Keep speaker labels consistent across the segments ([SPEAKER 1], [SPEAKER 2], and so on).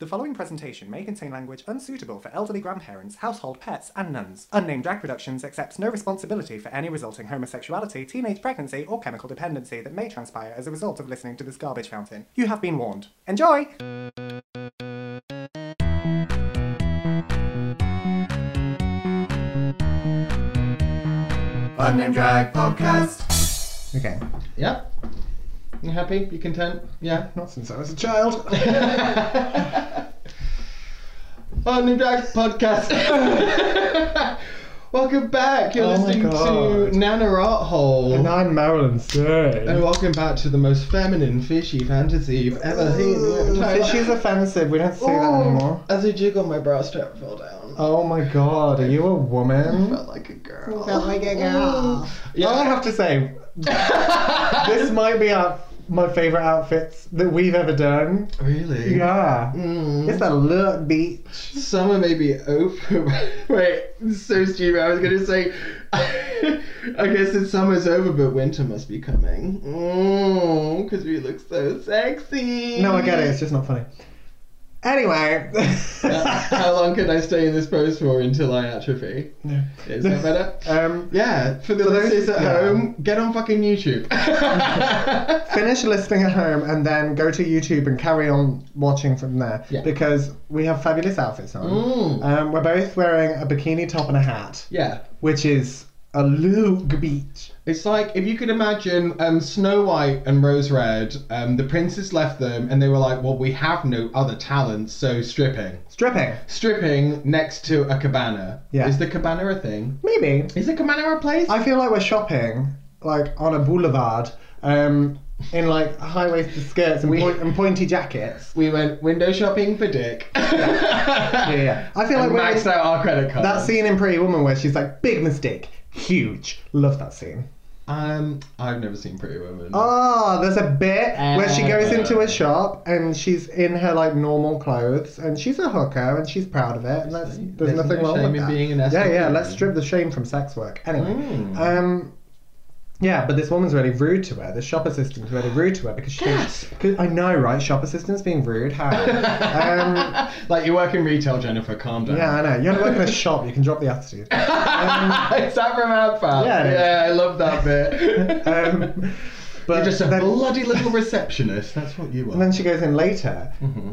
[SPEAKER 1] The following presentation may contain language unsuitable for elderly grandparents, household pets, and nuns. Unnamed Drag Productions accepts no responsibility for any resulting homosexuality, teenage pregnancy, or chemical dependency that may transpire as a result of listening to this garbage fountain. You have been warned. Enjoy!
[SPEAKER 2] Unnamed Drag Podcast.
[SPEAKER 1] Okay.
[SPEAKER 2] Yep. You happy? You content? Yeah.
[SPEAKER 3] Not since I was a child.
[SPEAKER 2] Unnamed Drag Podcast. welcome back. You're
[SPEAKER 3] Oh my
[SPEAKER 2] listening
[SPEAKER 3] God.
[SPEAKER 2] to Nana Art Hole.
[SPEAKER 3] and I'm Marilyn Stern.
[SPEAKER 2] And welcome back to the most feminine fishy fantasy you've ever seen. in your entire
[SPEAKER 3] She's
[SPEAKER 2] life.
[SPEAKER 3] offensive. We don't say that
[SPEAKER 2] Ooh.
[SPEAKER 3] anymore.
[SPEAKER 2] As I jiggle, my brow strap fell down.
[SPEAKER 3] Oh my god, are you
[SPEAKER 2] I
[SPEAKER 3] a woman?
[SPEAKER 2] felt like a girl.
[SPEAKER 3] Felt like a girl.
[SPEAKER 2] Yeah.
[SPEAKER 3] All I have to say, this might be our, my favorite outfits that we've ever done.
[SPEAKER 2] Really?
[SPEAKER 3] Yeah.
[SPEAKER 2] Mm.
[SPEAKER 3] It's a look, bitch.
[SPEAKER 2] Summer may be over. Wait, this is so stupid. I was gonna say, I guess it's summer's over, but winter must be coming. Mm, because we look so sexy.
[SPEAKER 3] No, I get it. It's just not funny. Anyway.
[SPEAKER 2] Uh, How long can I stay in this pose for until I atrophy?
[SPEAKER 3] No.
[SPEAKER 2] Is that better?
[SPEAKER 3] Um,
[SPEAKER 2] Yeah, for the
[SPEAKER 3] For those-
[SPEAKER 2] listeners at
[SPEAKER 3] yeah.
[SPEAKER 2] home, get on fucking YouTube.
[SPEAKER 3] finish listening at home and then go to YouTube and carry on watching from there
[SPEAKER 2] Yeah.
[SPEAKER 3] because we have fabulous outfits on.
[SPEAKER 2] Mm.
[SPEAKER 3] Um, we're both wearing a bikini top and a hat,
[SPEAKER 2] Yeah,
[SPEAKER 3] which is a Luke beach.
[SPEAKER 2] It's like if you could imagine um, Snow White and Rose Red, um, the princess left them and they were like, well, we have no other talents, so stripping.
[SPEAKER 3] Stripping,
[SPEAKER 2] Stripping next to a cabana.
[SPEAKER 3] Yeah.
[SPEAKER 2] Is the cabana a thing?
[SPEAKER 3] maybe.
[SPEAKER 2] Is a cabana a place?
[SPEAKER 3] I feel like we're shopping, like on a boulevard, um, in like high waisted skirts and,
[SPEAKER 2] We-
[SPEAKER 3] point- and pointy jackets.
[SPEAKER 2] We went window shopping for dick. yeah,
[SPEAKER 3] Yeah, yeah. I feel
[SPEAKER 2] And
[SPEAKER 3] like
[SPEAKER 2] maxed
[SPEAKER 3] we're,
[SPEAKER 2] out our credit card.
[SPEAKER 3] that scene in Pretty Woman where she's like, big mistake, huge. Love that scene.
[SPEAKER 2] Um, I've never seen Pretty Woman.
[SPEAKER 3] Oh, there's a bit where she goes
[SPEAKER 2] Uh.
[SPEAKER 3] into a shop and she's in her like normal clothes and she's a hooker and she's proud of it and that's,
[SPEAKER 2] Obviously.
[SPEAKER 3] there's,
[SPEAKER 2] There's
[SPEAKER 3] nothing
[SPEAKER 2] no
[SPEAKER 3] wrong
[SPEAKER 2] shame
[SPEAKER 3] with
[SPEAKER 2] in
[SPEAKER 3] that.
[SPEAKER 2] being an
[SPEAKER 3] yeah,
[SPEAKER 2] SOB.
[SPEAKER 3] yeah. Let's strip the shame from sex work. Anyway,
[SPEAKER 2] Mm.
[SPEAKER 3] um, yeah, but this woman's really rude to her. The shop assistant's really rude to her because she.
[SPEAKER 2] Gasp.
[SPEAKER 3] Cause, I know, right? Shop assistant's being rude. How? um,
[SPEAKER 2] like you work in retail, Jennifer. Calm down.
[SPEAKER 3] yeah, I know. You're not working a shop. You can drop the attitude.
[SPEAKER 2] Is that from Outback?
[SPEAKER 3] Yeah, it is.
[SPEAKER 2] yeah, I love that bit.
[SPEAKER 3] Um, but
[SPEAKER 2] You're just a
[SPEAKER 3] then-
[SPEAKER 2] bloody little receptionist. That's what you
[SPEAKER 3] And
[SPEAKER 2] are.
[SPEAKER 3] then she goes in later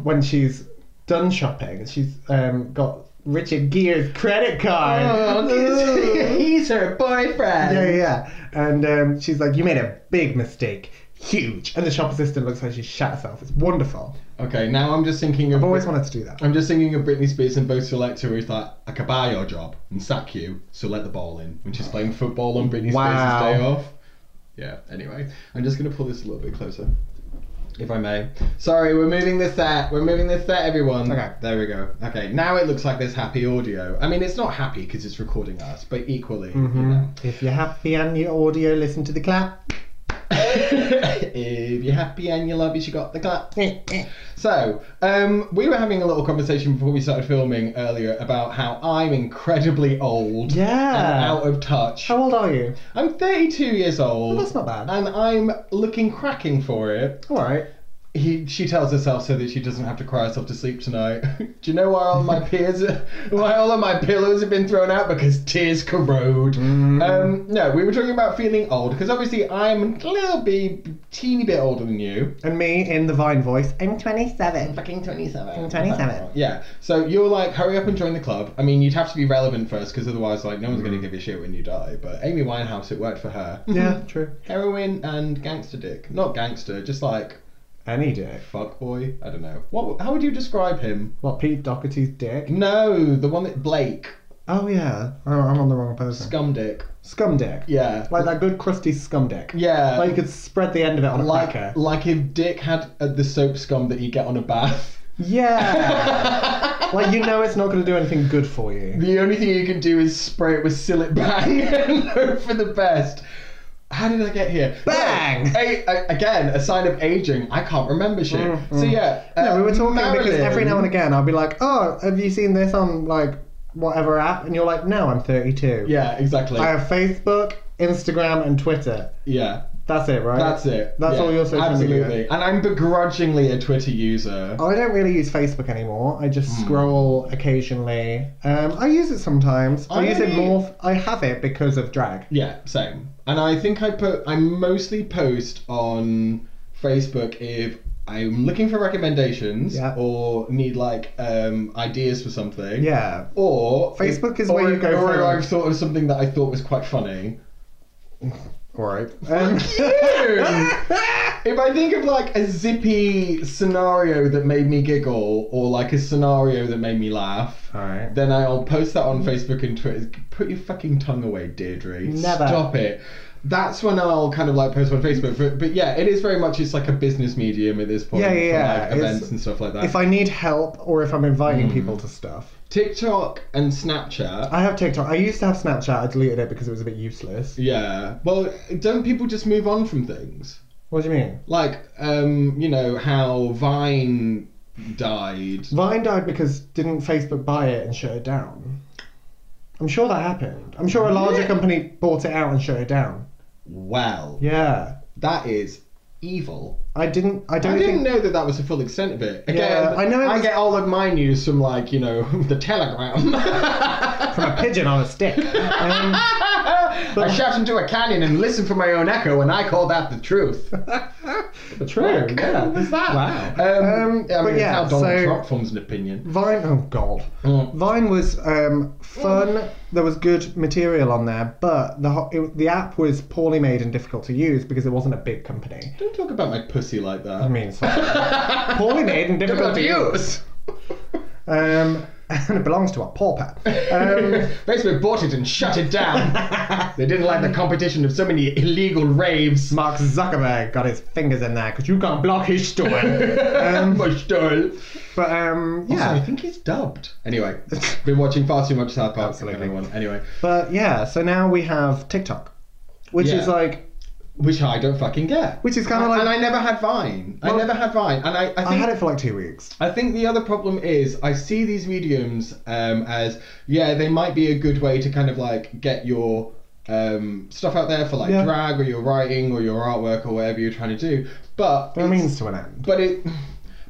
[SPEAKER 3] when she's done shopping and she's um, got Richard Gere's credit card.
[SPEAKER 2] Oh,
[SPEAKER 3] yeah,
[SPEAKER 2] he's her boyfriend.
[SPEAKER 3] yeah, yeah. And um, she's like, You made a big mistake. Huge. And the shop assistant looks like she shat herself. It's wonderful.
[SPEAKER 2] Okay, now I'm just thinking of.
[SPEAKER 3] I've always wanted to do that.
[SPEAKER 2] I'm just thinking of Britney Spears and Bo Selector, who's like, I could buy your job and sack you, so let the ball in. When she's playing football on Britney
[SPEAKER 3] Wow.
[SPEAKER 2] Spears' day off. Yeah, anyway. I'm just going to pull this a little bit closer, if I may. Sorry, we're moving the set. We're moving the set, everyone.
[SPEAKER 3] Okay.
[SPEAKER 2] There we go. Okay, now it looks like there's happy audio. I mean, it's not happy because it's recording us, but equally,
[SPEAKER 3] Mm-hmm.
[SPEAKER 2] you know.
[SPEAKER 3] If you're happy and your audio, listen to the clap.
[SPEAKER 2] if you're happy and you love it, you got the clap. So, um, we were having a little conversation before we started filming earlier about how I'm incredibly old. And
[SPEAKER 3] Yeah.
[SPEAKER 2] out of touch.
[SPEAKER 3] How old are you?
[SPEAKER 2] I'm 32 years old.
[SPEAKER 3] Well, that's not bad.
[SPEAKER 2] And I'm looking cracking for it.
[SPEAKER 3] All right.
[SPEAKER 2] He, she tells herself so that she doesn't have to cry herself to sleep tonight. Do you know why all my peers, why all of my pillows have been thrown out? Because tears corrode.
[SPEAKER 3] Mm.
[SPEAKER 2] Um, no, we were talking about feeling old because obviously I'm a little bit, teeny bit older than you.
[SPEAKER 3] And me in the Vine voice. I'm 27.
[SPEAKER 2] Fucking 27.
[SPEAKER 3] 27.
[SPEAKER 2] Yeah. So you're like, hurry up and join the club. I mean, you'd have to be relevant first because otherwise, like, no one's going to give a shit when you die. But Amy Winehouse, it worked for her.
[SPEAKER 3] Mm. Yeah, true.
[SPEAKER 2] Heroin and gangster dick. Not gangster, just like
[SPEAKER 3] Any dick.
[SPEAKER 2] fuck boy. I don't know. What? How would you describe him?
[SPEAKER 3] What, Pete Doherty's dick?
[SPEAKER 2] No, the one that Blake
[SPEAKER 3] Oh, yeah. Oh, I'm on the wrong person.
[SPEAKER 2] scum dick.
[SPEAKER 3] Scum dick.
[SPEAKER 2] Yeah.
[SPEAKER 3] Like that good crusty scum dick.
[SPEAKER 2] yeah.
[SPEAKER 3] Like you could spread the end of it on a cracker.
[SPEAKER 2] like, like if Dick had uh, the soap scum that you get on a bath.
[SPEAKER 3] Yeah. like you know it's not going to do anything good for you.
[SPEAKER 2] The only thing you can do is spray it with Sillet Bang and hope for the best. How did I get here?
[SPEAKER 3] Bang!
[SPEAKER 2] No, a- a- again, a sign of aging. I can't remember shit.
[SPEAKER 3] Mm,
[SPEAKER 2] So
[SPEAKER 3] mm.
[SPEAKER 2] yeah,
[SPEAKER 3] No,
[SPEAKER 2] uh,
[SPEAKER 3] we were talking because
[SPEAKER 2] Marilyn-
[SPEAKER 3] every now and again I'll be like, oh, have you seen this on like whatever app? And you're like, no, I'm 32.
[SPEAKER 2] Yeah, exactly.
[SPEAKER 3] I have Facebook, Instagram, and Twitter.
[SPEAKER 2] yeah,
[SPEAKER 3] That's it, right?
[SPEAKER 2] That's it.
[SPEAKER 3] That's
[SPEAKER 2] Yeah,
[SPEAKER 3] all your social
[SPEAKER 2] absolutely.
[SPEAKER 3] media.
[SPEAKER 2] And I'm begrudgingly a Twitter user.
[SPEAKER 3] I don't really use Facebook anymore. I just
[SPEAKER 2] Hmm.
[SPEAKER 3] scroll occasionally. Um, I use it sometimes. I,
[SPEAKER 2] I
[SPEAKER 3] use it
[SPEAKER 2] only-
[SPEAKER 3] more. f- I have it because of drag.
[SPEAKER 2] Yeah, same. And I think I put I mostly post on Facebook if I'm looking for recommendations
[SPEAKER 3] Yeah.
[SPEAKER 2] or need like um, ideas for something.
[SPEAKER 3] Yeah.
[SPEAKER 2] Or
[SPEAKER 3] Facebook is
[SPEAKER 2] or
[SPEAKER 3] where you
[SPEAKER 2] if-
[SPEAKER 3] go
[SPEAKER 2] Or if
[SPEAKER 3] for-
[SPEAKER 2] I've thought of something that I thought was quite funny.
[SPEAKER 3] All right. Um,
[SPEAKER 2] if I think of like a zippy scenario that made me giggle, or like a scenario that made me laugh,
[SPEAKER 3] all right.
[SPEAKER 2] then I'll post that on Facebook and Twitter. Put your fucking tongue away, Deirdre.
[SPEAKER 3] Never.
[SPEAKER 2] Stop it. That's when I'll kind of like post on Facebook. But, but yeah, it is very much it's like a business medium at this point.
[SPEAKER 3] Yeah, yeah,
[SPEAKER 2] for,
[SPEAKER 3] yeah.
[SPEAKER 2] Like
[SPEAKER 3] It's-
[SPEAKER 2] events and stuff like that.
[SPEAKER 3] If I need help or if I'm
[SPEAKER 2] Mm.
[SPEAKER 3] inviting people to stuff,
[SPEAKER 2] TikTok and Snapchat.
[SPEAKER 3] I have TikTok. I used to have Snapchat. I deleted it because it was a bit useless.
[SPEAKER 2] yeah. Well, don't people just move on from things?
[SPEAKER 3] What do you mean?
[SPEAKER 2] Like, um, you know how Vine died.
[SPEAKER 3] Vine died because didn't Facebook buy it and shut it down? I'm sure that happened. I'm sure a larger
[SPEAKER 2] Yeah.
[SPEAKER 3] company bought it out and shut it down.
[SPEAKER 2] Well,
[SPEAKER 3] Yeah.
[SPEAKER 2] that is evil.
[SPEAKER 3] I didn't. I don't
[SPEAKER 2] I
[SPEAKER 3] think.
[SPEAKER 2] didn't know that that was the full extent of it. Again,
[SPEAKER 3] Yeah, I
[SPEAKER 2] I
[SPEAKER 3] know it
[SPEAKER 2] know. I
[SPEAKER 3] was-
[SPEAKER 2] get all of my news from like you know the Telegram.
[SPEAKER 3] from a pigeon on a stick. Um,
[SPEAKER 2] I shout into a canyon and listen for my own echo, and I call that the truth.
[SPEAKER 3] true. Yeah.
[SPEAKER 2] What was that?
[SPEAKER 3] Wow.
[SPEAKER 2] Um,
[SPEAKER 3] Um,
[SPEAKER 2] I
[SPEAKER 3] but
[SPEAKER 2] mean, it's
[SPEAKER 3] yeah,
[SPEAKER 2] how Donald
[SPEAKER 3] so-
[SPEAKER 2] Trump forms an opinion.
[SPEAKER 3] Vine. Oh God.
[SPEAKER 2] Mm.
[SPEAKER 3] Vine was um, fun. There was good material on there, but the ho- it, the app was poorly made and difficult to use because it wasn't a big company.
[SPEAKER 2] Don't talk about my pussy like that.
[SPEAKER 3] I mean, sorry. poorly made and difficult to use. Um, and it belongs to a pauper. Um,
[SPEAKER 2] Facebook bought it and shut it down. they didn't like the competition of so many illegal raves.
[SPEAKER 3] Mark Zuckerberg got his fingers in there because you can't block his story.
[SPEAKER 2] My style.
[SPEAKER 3] but um,
[SPEAKER 2] Um, Yeah, I
[SPEAKER 3] yeah.
[SPEAKER 2] think he's dubbed. Anyway, been watching far too much South Park.
[SPEAKER 3] Absolutely.
[SPEAKER 2] Everyone. Anyway,
[SPEAKER 3] But yeah. So now we have TikTok, which is
[SPEAKER 2] Yeah.
[SPEAKER 3] like,
[SPEAKER 2] which I don't fucking get.
[SPEAKER 3] which is kind of
[SPEAKER 2] and,
[SPEAKER 3] like
[SPEAKER 2] and I never had Vine.
[SPEAKER 3] Well-
[SPEAKER 2] I never had Vine, and I I, think,
[SPEAKER 3] I had it for like two weeks.
[SPEAKER 2] I think the other problem is I see these mediums um, as yeah they might be a good way to kind of like get your um, stuff out there for like
[SPEAKER 3] Yeah.
[SPEAKER 2] drag or your writing or your artwork or whatever you're trying to do, but
[SPEAKER 3] But it
[SPEAKER 2] it's-
[SPEAKER 3] means to an end.
[SPEAKER 2] but it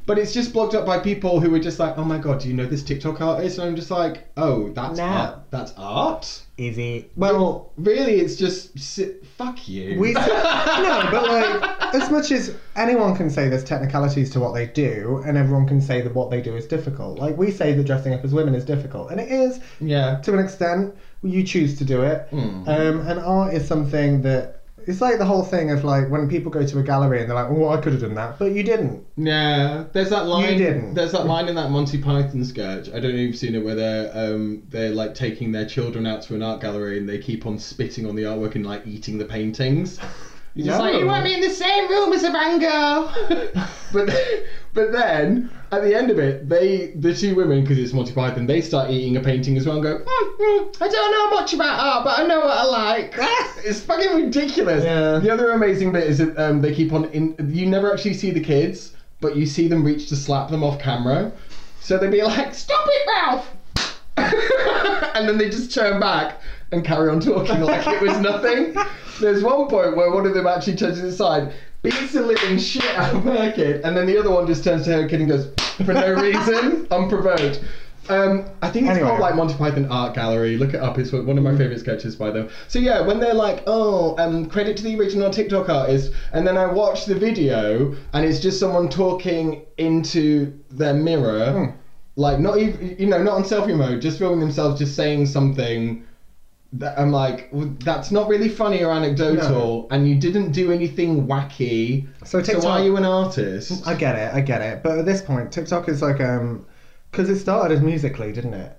[SPEAKER 2] but it's just blocked up by people who are just like oh my god do you know this TikTok artist and I'm just like oh that's
[SPEAKER 3] No.
[SPEAKER 2] art that's art.
[SPEAKER 3] Is it? Well,
[SPEAKER 2] Really, it's just si- fuck you.
[SPEAKER 3] We no, but like as much as anyone can say there's technicalities to what they do, and everyone can say that what they do is difficult. Like we say that dressing up as women is difficult, and it is
[SPEAKER 2] yeah.
[SPEAKER 3] to an extent. You choose to do it,
[SPEAKER 2] Hmm.
[SPEAKER 3] um, and art is something that it's like the whole thing of like when people go to a gallery and they're like, "Oh, I could have done that," but you didn't.
[SPEAKER 2] Yeah, there's that line.
[SPEAKER 3] didn't.
[SPEAKER 2] There's that line in that Monty Python sketch. I don't know if you've seen it, where they're um, they're like taking their children out to an art gallery and they keep on spitting on the artwork and like eating the paintings. You're just
[SPEAKER 3] No.
[SPEAKER 2] like, you want me in the same room as a Van Gogh. but but then at the end of it, they the two women because it's Monty Python, they start eating a painting as well and go, mm, mm, I don't know much about art, but I know what I like. it's fucking ridiculous.
[SPEAKER 3] Yeah.
[SPEAKER 2] The other amazing bit is that um, they keep on in. You never actually see the kids, but you see them reach to slap them off camera. So they'd be like, "Stop it, Ralph!" and then they just turn back and carry on talking like it was nothing. There's one point where one of them actually turns to the side, beats the living shit out of her kid, and then the other one just turns to her kid and goes, for no reason, unprovoked. Um, I think it's
[SPEAKER 3] Anyway. Mm-hmm.
[SPEAKER 2] called like Monty Python Art Gallery. Look it up. It's one of my favourite sketches by them. So yeah, when they're like, oh, um, credit to the original TikTok artist, and then I watch the video and it's just someone talking into their mirror,
[SPEAKER 3] Hmm.
[SPEAKER 2] like not even you know not on selfie mode, just filming themselves, just saying something. That I'm like, well, that's not really funny or anecdotal, and you didn't do anything wacky.
[SPEAKER 3] So TikTok-
[SPEAKER 2] why are you an artist?
[SPEAKER 3] I get it, I get it. But at this point, TikTok is like, um, because it started as Musically, didn't it?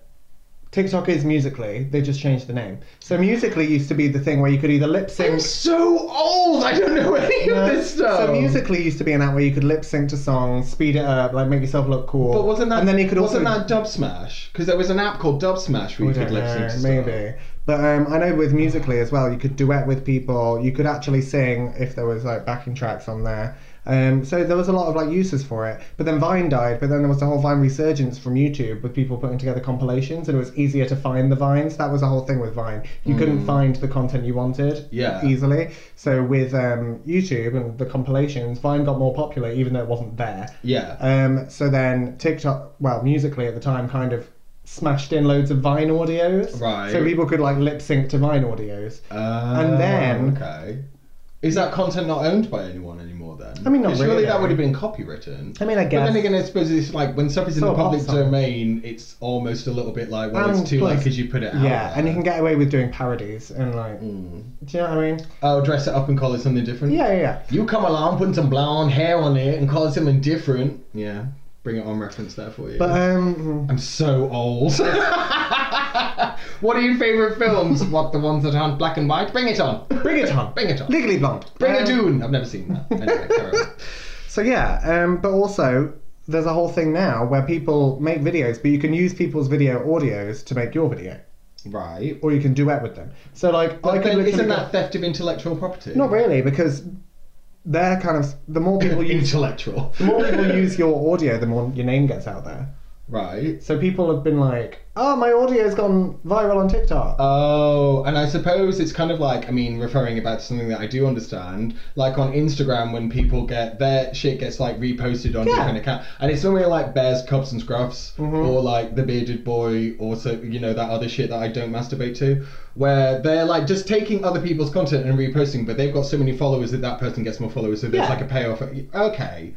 [SPEAKER 3] TikTok is Musically. They just changed the name. So Musically used to be the thing where you could either lip
[SPEAKER 2] I'm
[SPEAKER 3] sync.
[SPEAKER 2] so old. I don't know any of this stuff.
[SPEAKER 3] So Musically used to be an app where you could lip sync to songs, speed it up, like make yourself look cool.
[SPEAKER 2] But wasn't that
[SPEAKER 3] And then you could
[SPEAKER 2] wasn't
[SPEAKER 3] also.
[SPEAKER 2] that Dub Smash? Because there was an app called Dub Smash where
[SPEAKER 3] I
[SPEAKER 2] you could
[SPEAKER 3] don't
[SPEAKER 2] lip sync
[SPEAKER 3] know,
[SPEAKER 2] to stuff.
[SPEAKER 3] maybe. But um, I know with Musically as well, you could duet with people. You could actually sing if there was like backing tracks on there. Um, so there was a lot of like uses for it. But then Vine died. But then there was the whole Vine resurgence from YouTube with people putting together compilations, and it was easier to find the vines. That was the whole thing with Vine. You couldn't find the content you wanted
[SPEAKER 2] Mm. Yeah.
[SPEAKER 3] easily. So with um, YouTube and the compilations, Vine got more popular, even though it wasn't there.
[SPEAKER 2] Yeah.
[SPEAKER 3] Um, so then TikTok, well, musically at the time, kind of smashed in loads of Vine audios.
[SPEAKER 2] Right.
[SPEAKER 3] So people could like lip sync to Vine audios.
[SPEAKER 2] Uh,
[SPEAKER 3] and then-
[SPEAKER 2] okay, is that content not owned by anyone anymore? Then
[SPEAKER 3] I mean, not
[SPEAKER 2] surely
[SPEAKER 3] really.
[SPEAKER 2] that would have been copywritten.
[SPEAKER 3] I mean, I
[SPEAKER 2] But
[SPEAKER 3] guess.
[SPEAKER 2] then again, I suppose it's like when stuff is in the
[SPEAKER 3] Sort of pop
[SPEAKER 2] public
[SPEAKER 3] song.
[SPEAKER 2] domain, it's almost a little bit like well,
[SPEAKER 3] And
[SPEAKER 2] it's too late
[SPEAKER 3] plus-
[SPEAKER 2] because you put it out. Mm.
[SPEAKER 3] yeah, and you
[SPEAKER 2] there. Hmm.
[SPEAKER 3] can get away with doing parodies and like, do you know what I mean?
[SPEAKER 2] oh, dress it up and call it something different.
[SPEAKER 3] Yeah, yeah, yeah.
[SPEAKER 2] You come along, put some blonde hair on it, and call it something different. Yeah, bring it on reference there for you.
[SPEAKER 3] But um,
[SPEAKER 2] I'm so old. what are your favourite films? what the ones that aren't black and white? Bring it on.
[SPEAKER 3] bring it on.
[SPEAKER 2] Bring it on.
[SPEAKER 3] Legally Blonde.
[SPEAKER 2] Bring
[SPEAKER 3] Um,
[SPEAKER 2] a Dune. I've never seen that. Anyway, carry on.
[SPEAKER 3] So yeah, um, but also there's a whole thing now where people make videos, but you can use people's video audios to make your video,
[SPEAKER 2] right.
[SPEAKER 3] or you can duet with them. So like, I
[SPEAKER 2] But then
[SPEAKER 3] could literally
[SPEAKER 2] isn't
[SPEAKER 3] go-
[SPEAKER 2] that theft of intellectual property?
[SPEAKER 3] Not really, because they're kind of the more people use
[SPEAKER 2] intellectual.
[SPEAKER 3] the more people use your audio, the more your name gets out there.
[SPEAKER 2] Right.
[SPEAKER 3] So people have been like, "Oh, my audio's gone viral on TikTok."
[SPEAKER 2] Oh, and I suppose it's kind of like I mean, referring it back to something that I do understand, like on Instagram when people get their shit gets like reposted on
[SPEAKER 3] Yeah. Mm-hmm.
[SPEAKER 2] different accounts, and it's somewhere like bears, cubs, and scruffs, or like the bearded boy, or so you know that other shit that I don't masturbate to, where they're like just taking other people's content and reposting, but they've got so many followers that that person gets more followers, so there's
[SPEAKER 3] Yeah.
[SPEAKER 2] like a payoff. Okay,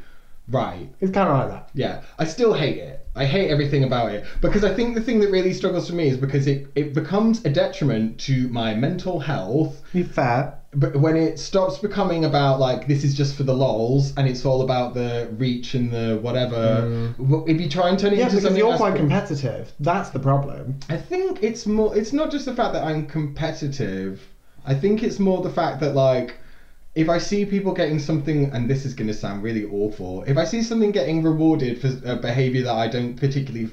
[SPEAKER 2] right.
[SPEAKER 3] It's kind of like that.
[SPEAKER 2] Yeah, I still hate it. I hate everything about it because I think the thing that really struggles for me is because it, it becomes a detriment to my mental health.
[SPEAKER 3] Be fair.
[SPEAKER 2] But when it stops becoming about like this is just for the lols and it's all about the reach and the whatever, well, if you try and turn it
[SPEAKER 3] Mm. Yeah,
[SPEAKER 2] into
[SPEAKER 3] because
[SPEAKER 2] something,
[SPEAKER 3] you're
[SPEAKER 2] that's-
[SPEAKER 3] quite competitive. That's the problem.
[SPEAKER 2] I think it's more. It's not just the fact that I'm competitive. I think it's more the fact that like, if I see people getting something, and this is gonna sound really awful, if I see something getting rewarded for a behavior that I don't particularly f-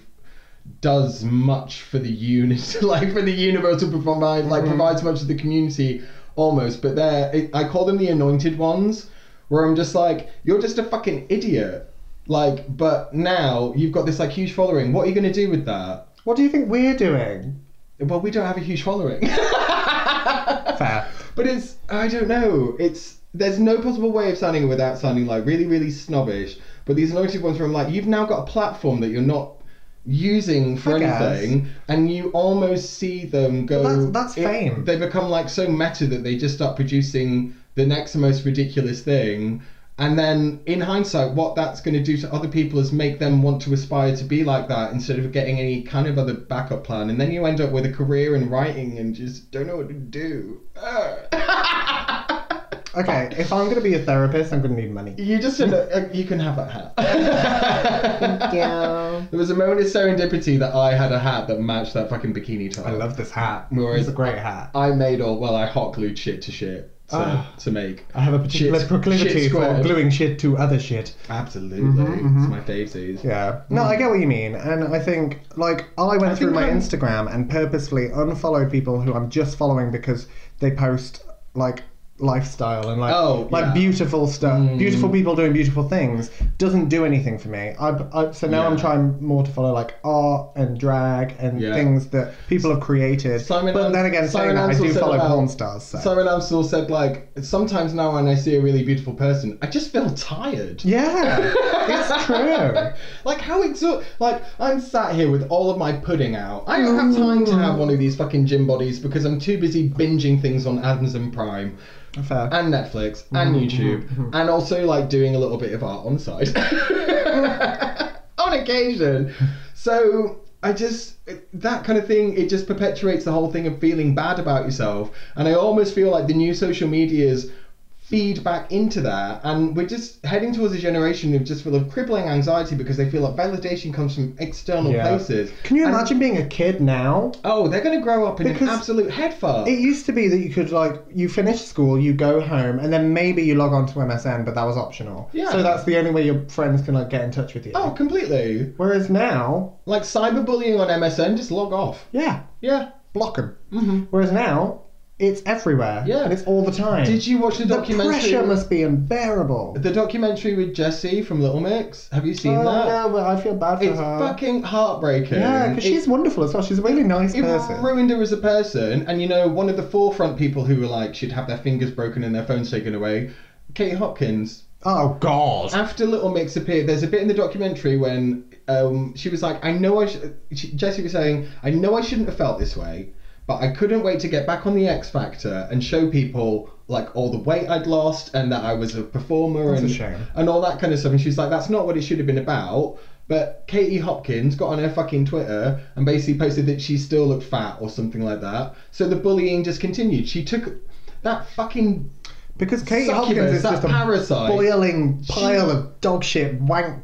[SPEAKER 2] does much for the unit, like for the universal provide, like provides much to the community almost. But they're, it, I call them the anointed ones, where I'm just like, you're just a fucking idiot. Like, but now you've got this like huge following. What are you gonna do with that?
[SPEAKER 3] What do you think we're doing?
[SPEAKER 2] Well, we don't have a huge following.
[SPEAKER 3] Fair.
[SPEAKER 2] but it's, I don't know. It's, there's no possible way of sounding without sounding like really, really snobbish. But these anointed ones from like, you've now got a platform that you're not using for
[SPEAKER 3] I guess.
[SPEAKER 2] anything, and you almost see them go.
[SPEAKER 3] But that's- that's
[SPEAKER 2] it-
[SPEAKER 3] fame.
[SPEAKER 2] They become like so meta that they just start producing the next most ridiculous thing. And then, in hindsight, what that's going to do to other people is make them want to aspire to be like that instead of getting any kind of other backup plan. And then you end up with a career in writing and just don't know what to do. Ugh.
[SPEAKER 3] Okay, if I'm gonna be a therapist, I'm gonna need money.
[SPEAKER 2] You just said that, uh, you can have that hat.
[SPEAKER 3] Yeah.
[SPEAKER 2] There was a moment of serendipity that I had a hat that matched that fucking bikini top.
[SPEAKER 3] I love this hat.
[SPEAKER 2] Whereas-
[SPEAKER 3] It's a great hat.
[SPEAKER 2] I made all well. I hot glued shit to shit to,
[SPEAKER 3] Ah.
[SPEAKER 2] to make.
[SPEAKER 3] I have a particular
[SPEAKER 2] Shit-
[SPEAKER 3] proclivity
[SPEAKER 2] shit
[SPEAKER 3] for
[SPEAKER 2] squared.
[SPEAKER 3] gluing shit to other shit.
[SPEAKER 2] Absolutely,
[SPEAKER 3] Mhm, mhm.
[SPEAKER 2] it's my favourite.
[SPEAKER 3] Yeah. No, I get what you mean, and I think like I went
[SPEAKER 2] I
[SPEAKER 3] through
[SPEAKER 2] think
[SPEAKER 3] my
[SPEAKER 2] I'm-
[SPEAKER 3] Instagram and purposefully unfollowed people who I'm just following because they post like lifestyle and like
[SPEAKER 2] Oh,
[SPEAKER 3] like
[SPEAKER 2] yeah.
[SPEAKER 3] beautiful stuff,
[SPEAKER 2] Mm.
[SPEAKER 3] beautiful people doing beautiful things doesn't do anything for me. I, I so now I'm
[SPEAKER 2] Yeah.
[SPEAKER 3] trying more to follow like art and drag and
[SPEAKER 2] Yeah.
[SPEAKER 3] things that people have created.
[SPEAKER 2] Simon
[SPEAKER 3] but
[SPEAKER 2] Ans-
[SPEAKER 3] then again,
[SPEAKER 2] Simon
[SPEAKER 3] saying that, I
[SPEAKER 2] Ansell
[SPEAKER 3] do
[SPEAKER 2] said
[SPEAKER 3] follow
[SPEAKER 2] about-
[SPEAKER 3] porn stars. So.
[SPEAKER 2] Simon Amstel said like sometimes now when I see a really beautiful person, I just feel tired.
[SPEAKER 3] yeah, it's true.
[SPEAKER 2] like how exo- like I'm sat here with all of my pudding out. I don't have time
[SPEAKER 3] Mm.
[SPEAKER 2] to have one of these fucking gym bodies because I'm too busy binging things on Amazon Prime
[SPEAKER 3] Fair.
[SPEAKER 2] and Netflix
[SPEAKER 3] Mm-hmm,
[SPEAKER 2] and YouTube and also like doing a little bit of art on the side on occasion. So I just that kind of thing it just perpetuates the whole thing of feeling bad about yourself and I almost feel like the new social medias feed back into that and we're just heading towards a generation of just full of crippling anxiety because they feel like validation comes from external
[SPEAKER 3] Yeah.
[SPEAKER 2] places.
[SPEAKER 3] Can you
[SPEAKER 2] And-
[SPEAKER 3] imagine being a kid now?
[SPEAKER 2] oh, they're going to grow up in an
[SPEAKER 3] Because
[SPEAKER 2] absolute head fart.
[SPEAKER 3] It used to be that you could like you finish school, you go home, and then maybe you log on to MSN, but that was optional.
[SPEAKER 2] Yeah.
[SPEAKER 3] So that's the only way your friends can like get in touch with you.
[SPEAKER 2] oh, completely.
[SPEAKER 3] Whereas now,
[SPEAKER 2] Like cyberbullying on MSN, just log off.
[SPEAKER 3] yeah,
[SPEAKER 2] Yeah.
[SPEAKER 3] block them.
[SPEAKER 2] Mm-hmm.
[SPEAKER 3] Whereas now, It's everywhere.
[SPEAKER 2] Yeah.
[SPEAKER 3] And it's all the time.
[SPEAKER 2] Did you watch the
[SPEAKER 3] The
[SPEAKER 2] documentary?
[SPEAKER 3] pressure must be unbearable.
[SPEAKER 2] the documentary with Jessie from Little Mix. Have you seen
[SPEAKER 3] oh,
[SPEAKER 2] that?
[SPEAKER 3] no, but I feel bad for
[SPEAKER 2] It's
[SPEAKER 3] her.
[SPEAKER 2] fucking heartbreaking.
[SPEAKER 3] yeah, because
[SPEAKER 2] It-
[SPEAKER 3] she's wonderful as well. She's a really nice
[SPEAKER 2] It
[SPEAKER 3] person.
[SPEAKER 2] ruined her as a person, and you know, one of the forefront people who were like, she'd have their fingers broken and their phones taken away, Kate Hopkins.
[SPEAKER 3] oh, God.
[SPEAKER 2] After Little Mix appeared, there's a bit in the documentary when um, she was like, I know I sh-, she, Jessie was saying, I know I shouldn't have felt this way, but I couldn't wait to get back on the X Factor and show people like all the weight I'd lost and that I was a performer
[SPEAKER 3] That's a
[SPEAKER 2] and
[SPEAKER 3] shame.
[SPEAKER 2] and all that kind of stuff. And she's like, that's not what it should have been about. But Katie Hopkins got on her fucking Twitter and basically posted that she still looked fat or something like that. So the bullying just continued. She took that fucking
[SPEAKER 3] Because Kate
[SPEAKER 2] Succubus,
[SPEAKER 3] Hopkins is
[SPEAKER 2] that
[SPEAKER 3] just a
[SPEAKER 2] parasite.
[SPEAKER 3] boiling
[SPEAKER 2] She-
[SPEAKER 3] pile of dog shit wank.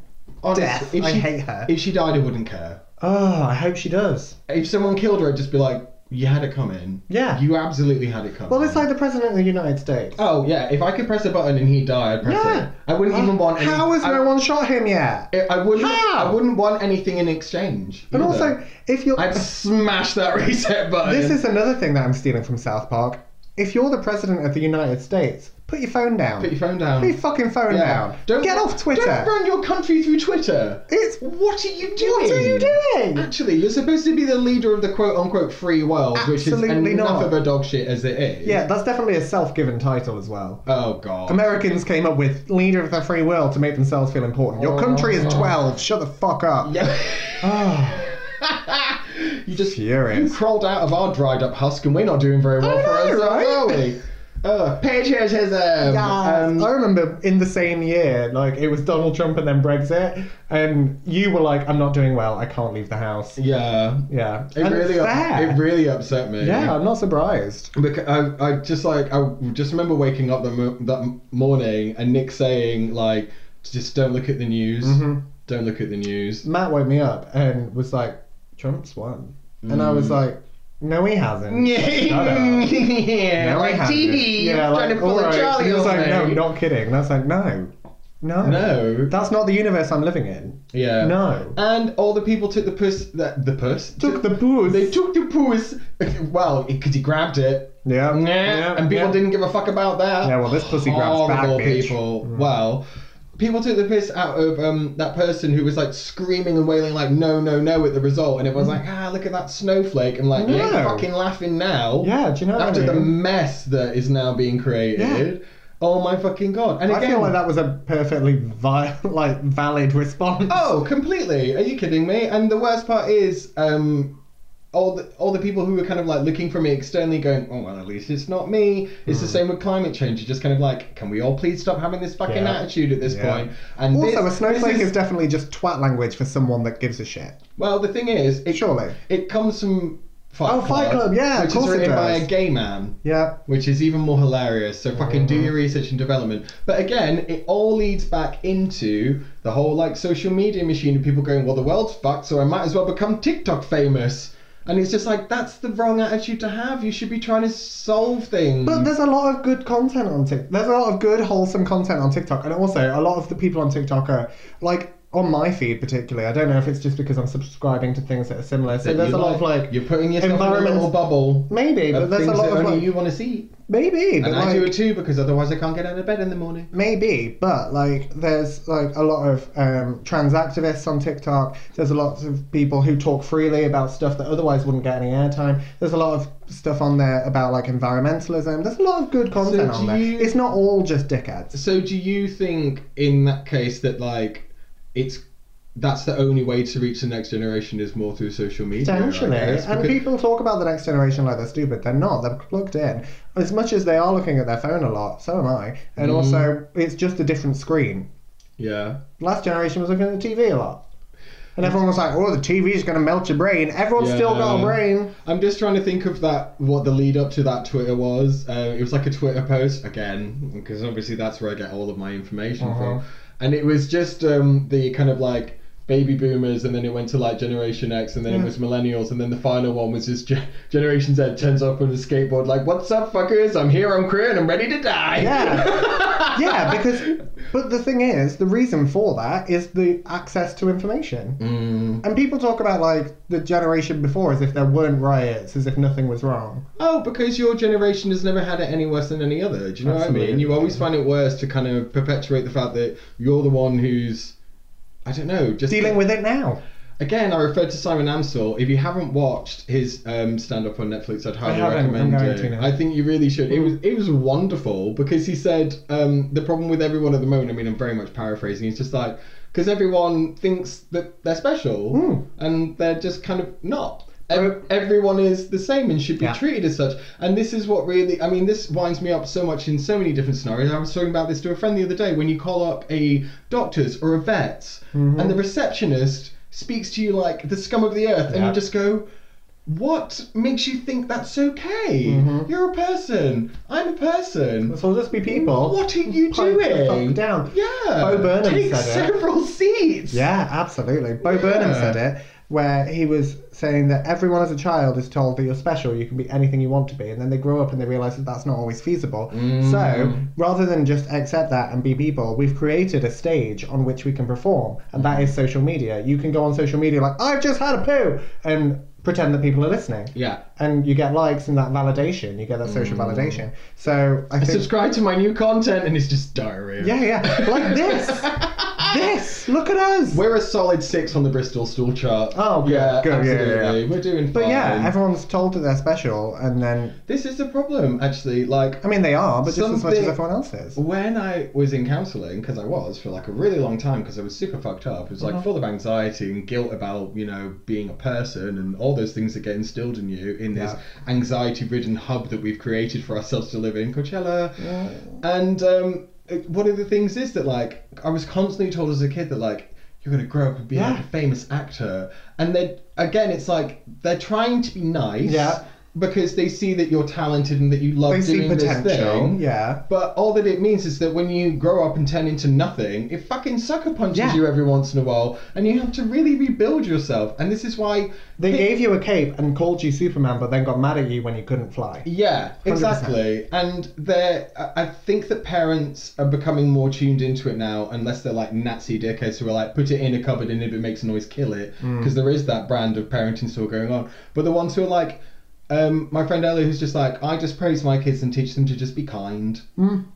[SPEAKER 2] honest.
[SPEAKER 3] Death. I hate her.
[SPEAKER 2] If she died, I wouldn't care. Ah,
[SPEAKER 3] Oh, I hope she does.
[SPEAKER 2] If someone killed her, I'd just be like, you had it coming.
[SPEAKER 3] Yeah.
[SPEAKER 2] You absolutely had it coming.
[SPEAKER 3] Well, it's like the President of the United States.
[SPEAKER 2] Oh yeah, if I could press a button and he died, I'd press
[SPEAKER 3] Yeah.
[SPEAKER 2] it. I wouldn't even want. Any,
[SPEAKER 3] How has
[SPEAKER 2] I,
[SPEAKER 3] no one shot him yet?
[SPEAKER 2] I wouldn't.
[SPEAKER 3] How?
[SPEAKER 2] I wouldn't want anything in exchange.
[SPEAKER 3] But
[SPEAKER 2] either.
[SPEAKER 3] also, if you're.
[SPEAKER 2] I'd smash that reset button.
[SPEAKER 3] This is another thing that I'm stealing from South Park. If you're the President of the United States, put your phone down.
[SPEAKER 2] Put your phone down.
[SPEAKER 3] Put your fucking phone
[SPEAKER 2] Yeah.
[SPEAKER 3] down. Get off Twitter.
[SPEAKER 2] Don't run your country through Twitter.
[SPEAKER 3] It's
[SPEAKER 2] What are you doing?
[SPEAKER 3] What are you doing?
[SPEAKER 2] Actually, you're supposed to be the leader of the quote unquote free world, which
[SPEAKER 3] Absolutely
[SPEAKER 2] is enough
[SPEAKER 3] not.
[SPEAKER 2] of a dog shit as it is.
[SPEAKER 3] Yeah, that's definitely a self-given title as well.
[SPEAKER 2] Oh god.
[SPEAKER 3] Americans came up with leader of the free world to make themselves feel important. Your country is 12. Shut the fuck up.
[SPEAKER 2] Oh. Yeah.
[SPEAKER 3] Ah,
[SPEAKER 2] you just
[SPEAKER 3] Furious.
[SPEAKER 2] You crawled out of our dried up husk, and we're not doing very well
[SPEAKER 3] I
[SPEAKER 2] for
[SPEAKER 3] know,
[SPEAKER 2] ourselves,
[SPEAKER 3] right?
[SPEAKER 2] are we? Uh, patriotism.
[SPEAKER 3] yes.
[SPEAKER 2] Um,
[SPEAKER 3] I remember in the same year, like it was Donald Trump and then Brexit, and you were like, "I'm not doing well. I can't leave the house."
[SPEAKER 2] yeah.
[SPEAKER 3] Yeah,
[SPEAKER 2] It
[SPEAKER 3] And
[SPEAKER 2] really,
[SPEAKER 3] it's
[SPEAKER 2] up,
[SPEAKER 3] fair.
[SPEAKER 2] it really upset me.
[SPEAKER 3] yeah, I'm not surprised.
[SPEAKER 2] Because I, I just like I just remember waking up that mo- that m- morning and Nick saying like just don't look at the news,
[SPEAKER 3] Mm-hmm.
[SPEAKER 2] don't look at the news.
[SPEAKER 3] Matt woke me up and was like, "Trump's won," and I
[SPEAKER 2] Mm.
[SPEAKER 3] was like, "No, he hasn't." Shut up.
[SPEAKER 2] yeah,
[SPEAKER 3] No, I
[SPEAKER 2] like
[SPEAKER 3] haven't.
[SPEAKER 2] TV,
[SPEAKER 3] Yeah,
[SPEAKER 2] trying to pull
[SPEAKER 3] all
[SPEAKER 2] a
[SPEAKER 3] right.
[SPEAKER 2] Charlie
[SPEAKER 3] He was
[SPEAKER 2] on
[SPEAKER 3] like,
[SPEAKER 2] me.
[SPEAKER 3] no, not kidding. And I was like, no, no,
[SPEAKER 2] No.
[SPEAKER 3] That's not the universe I'm living in.
[SPEAKER 2] yeah,
[SPEAKER 3] No.
[SPEAKER 2] And all the people took the puss, the, the puss
[SPEAKER 3] Took the booze.
[SPEAKER 2] They took the puss. Well, because he grabbed it.
[SPEAKER 3] yeah,
[SPEAKER 2] Nah,
[SPEAKER 3] yeah,
[SPEAKER 2] and people
[SPEAKER 3] yeah.
[SPEAKER 2] didn't give a fuck about that.
[SPEAKER 3] Yeah, well, this pussy grabs back,
[SPEAKER 2] Horrible
[SPEAKER 3] bitch. Mm.
[SPEAKER 2] people. Well, people took the piss out of um, that person who was like screaming and wailing like no, no, no at the result, and it was like ah, look at that snowflake, and like you ain't
[SPEAKER 3] Mm. No.
[SPEAKER 2] fucking laughing now.
[SPEAKER 3] Yeah, do you know
[SPEAKER 2] After
[SPEAKER 3] what I
[SPEAKER 2] the
[SPEAKER 3] mean?
[SPEAKER 2] mess that is now being created. Oh my fucking god! And again,
[SPEAKER 3] I feel like that was a perfectly vi- like valid response.
[SPEAKER 2] Oh, completely. Are you kidding me? And the worst part is, um, all the all the people who were kind of like looking for me externally, going, "Oh well, at least it's not me." It's
[SPEAKER 3] Hmm.
[SPEAKER 2] the same with climate change. You're just kind of like, "Can we all please stop having this fucking
[SPEAKER 3] Yeah.
[SPEAKER 2] attitude at this
[SPEAKER 3] Yeah.
[SPEAKER 2] point?" And
[SPEAKER 3] Also,
[SPEAKER 2] this-
[SPEAKER 3] a snowflake
[SPEAKER 2] this
[SPEAKER 3] is definitely just twat language for someone that gives a shit.
[SPEAKER 2] well, the thing is, it,
[SPEAKER 3] Surely.
[SPEAKER 2] it comes from Fight
[SPEAKER 3] Oh,
[SPEAKER 2] Club,
[SPEAKER 3] Fight Club, yeah, of
[SPEAKER 2] which
[SPEAKER 3] course
[SPEAKER 2] is
[SPEAKER 3] it
[SPEAKER 2] written by
[SPEAKER 3] does.
[SPEAKER 2] a gay man.
[SPEAKER 3] Yeah.
[SPEAKER 2] Which is even more hilarious. So fucking do
[SPEAKER 3] Mm-hmm.
[SPEAKER 2] your research and development. But again, it all leads back into the whole like social media machine and people going, well, the world's fucked, so I might as well become TikTok famous. And it's just like that's the wrong attitude to have. You should be trying to solve things.
[SPEAKER 3] But there's a lot of good content on TikTok. There's a lot of good, wholesome content on TikTok. And also, a lot of the people on TikTok are, like, on my feed particularly. I don't know if it's just because I'm subscribing to things that are similar. So
[SPEAKER 2] That
[SPEAKER 3] there's
[SPEAKER 2] you
[SPEAKER 3] a lot of, like,
[SPEAKER 2] you're putting yourself in a
[SPEAKER 3] environment-
[SPEAKER 2] little bubble.
[SPEAKER 3] maybe, but
[SPEAKER 2] Of
[SPEAKER 3] there's
[SPEAKER 2] things
[SPEAKER 3] a lot
[SPEAKER 2] that
[SPEAKER 3] of,
[SPEAKER 2] only
[SPEAKER 3] like,
[SPEAKER 2] you want to see,
[SPEAKER 3] maybe, but,
[SPEAKER 2] and I do
[SPEAKER 3] like,
[SPEAKER 2] it too because otherwise I can't get out of bed in the morning.
[SPEAKER 3] maybe, but, like, there's, like, a lot of um, trans activists on TikTok. There's a lot of people who talk freely about stuff that otherwise wouldn't get any airtime. There's a lot of stuff on there about, like, environmentalism. There's a lot of good content
[SPEAKER 2] do
[SPEAKER 3] on there.
[SPEAKER 2] you-
[SPEAKER 3] It's not all just dickheads.
[SPEAKER 2] So do you think in that case that like it's that's the only way to reach the next generation is more through social media? I
[SPEAKER 3] Potentially.
[SPEAKER 2] guess,
[SPEAKER 3] and
[SPEAKER 2] because-
[SPEAKER 3] people talk about the next generation like they're stupid. They're not. They're plugged in. As much as they are looking at their phone a lot, so am I. And
[SPEAKER 2] Mm-hmm.
[SPEAKER 3] also, it's just a different screen.
[SPEAKER 2] Yeah.
[SPEAKER 3] Last generation was looking at the TV a lot. And everyone was like, oh, the TV's going to melt your brain. Everyone's still got a
[SPEAKER 2] Yeah.
[SPEAKER 3] brain.
[SPEAKER 2] I'm just trying to think of that what the lead up to that Twitter was. Uh, it was like a Twitter post again because obviously that's where I get all of my information
[SPEAKER 3] Uh-huh.
[SPEAKER 2] from, and it was just um, the kind of like baby boomers, and then it went to like Generation X, and then
[SPEAKER 3] Mm.
[SPEAKER 2] it was millennials, and then the final one was just Gen- Generation Z turns up on a skateboard like, "What's up, fuckers? I'm here, I'm queer, and I'm ready to die."
[SPEAKER 3] Yeah. yeah, because But the thing is, the reason for that is the access to information.
[SPEAKER 2] Mm.
[SPEAKER 3] And people talk about like the generation before as if there weren't riots, as if nothing was wrong.
[SPEAKER 2] Oh, because your generation has never had it any worse than any other. Do you know what I mean?
[SPEAKER 3] Absolutely.
[SPEAKER 2] You always find it worse to kind of perpetuate the fact that you're the one who's, I don't know, just
[SPEAKER 3] Dealing with it now.
[SPEAKER 2] Again, I referred to Simon Amstel. If you haven't watched his um, stand up on Netflix, I'd highly
[SPEAKER 3] haven't. I'm
[SPEAKER 2] recommend
[SPEAKER 3] going
[SPEAKER 2] it.
[SPEAKER 3] to now.
[SPEAKER 2] I think you really should. It was it was wonderful because he said um, the problem with everyone at the moment. I mean, I'm very much paraphrasing. He's just like because everyone thinks that they're special
[SPEAKER 3] Hmm.
[SPEAKER 2] and they're just kind of not. Ev- Everyone is the same and should be
[SPEAKER 3] Oh. Yeah.
[SPEAKER 2] treated as such. And this is what really, I mean, this winds me up so much in so many different scenarios. I was talking about this to a friend the other day when you call up a doctor's or a vet's
[SPEAKER 3] Mm-hmm.
[SPEAKER 2] and the receptionist speaks to you like the scum of the earth, and
[SPEAKER 3] Yeah.
[SPEAKER 2] you just go, What makes you think that's okay?
[SPEAKER 3] Mm-hmm.
[SPEAKER 2] You're a person. I'm a person.
[SPEAKER 3] So just be people.
[SPEAKER 2] What are you
[SPEAKER 3] Pipe the fuck
[SPEAKER 2] doing?
[SPEAKER 3] down.
[SPEAKER 2] Yeah.
[SPEAKER 3] Bo Burnham
[SPEAKER 2] Take
[SPEAKER 3] said it.
[SPEAKER 2] several seats.
[SPEAKER 3] Yeah, absolutely. Bo Burnham
[SPEAKER 2] Yeah.
[SPEAKER 3] said it, where he was saying that everyone as a child is told that you're special, you can be anything you want to be, and then they grow up and they realise that that's not always feasible. So, rather than just accept that and be people, we've created a stage on which we can perform, and that is social media. You can go on social media like, I've just had a poo, and pretend that people are listening.
[SPEAKER 2] Yeah.
[SPEAKER 3] And you get likes and that validation, you get that social validation. So, I
[SPEAKER 2] I
[SPEAKER 3] think.
[SPEAKER 2] subscribe to my new content and it's just diarrhea.
[SPEAKER 3] yeah, yeah. Like this! this! Look at us!
[SPEAKER 2] We're a solid six on the Bristol stool chart.
[SPEAKER 3] Oh, good,
[SPEAKER 2] yeah,
[SPEAKER 3] good, yeah, yeah,
[SPEAKER 2] absolutely.
[SPEAKER 3] yeah.
[SPEAKER 2] We're doing fine.
[SPEAKER 3] But yeah, everyone's told that they're special, and then
[SPEAKER 2] this is the problem, actually. Like,
[SPEAKER 3] I mean they are, but just as much as
[SPEAKER 2] Something-
[SPEAKER 3] everyone else is.
[SPEAKER 2] when I was in counselling, because I was for like a really long time, because I was super fucked up, it was
[SPEAKER 3] Uh-huh.
[SPEAKER 2] like full of anxiety and guilt about, you know, being a person and all those things that get instilled in you in this anxiety ridden hub that we've created for ourselves to live in, Coachella. And um, it- one of the things is that, like, I was constantly told as a kid that, like, you're going to grow up and be like
[SPEAKER 3] Yeah.
[SPEAKER 2] a famous actor. And then, again, it's like they're trying to be nice.
[SPEAKER 3] Yeah.
[SPEAKER 2] Because they see that you're talented and that you love
[SPEAKER 3] They see
[SPEAKER 2] doing this
[SPEAKER 3] potential.
[SPEAKER 2] thing.
[SPEAKER 3] Yeah.
[SPEAKER 2] But all that it means is that when you grow up and turn into nothing, it fucking sucker punches
[SPEAKER 3] Yeah.
[SPEAKER 2] you every once in a while, and you have to really rebuild yourself. And this is why
[SPEAKER 3] They
[SPEAKER 2] Pick-
[SPEAKER 3] gave you a cape and called you Superman, but then got mad at you when you couldn't
[SPEAKER 2] Hmm.
[SPEAKER 3] fly.
[SPEAKER 2] Yeah, exactly. And they're, I- I think that parents are becoming more tuned into it now, unless they're like Nazi dickheads who are like, put it in a cupboard and if it makes a noise, kill it.
[SPEAKER 3] Mm.
[SPEAKER 2] Because there is that brand of parenting still going on. But the ones who are like, um, my friend Ellie, who's just like, I just praise my kids and teach them to just be kind.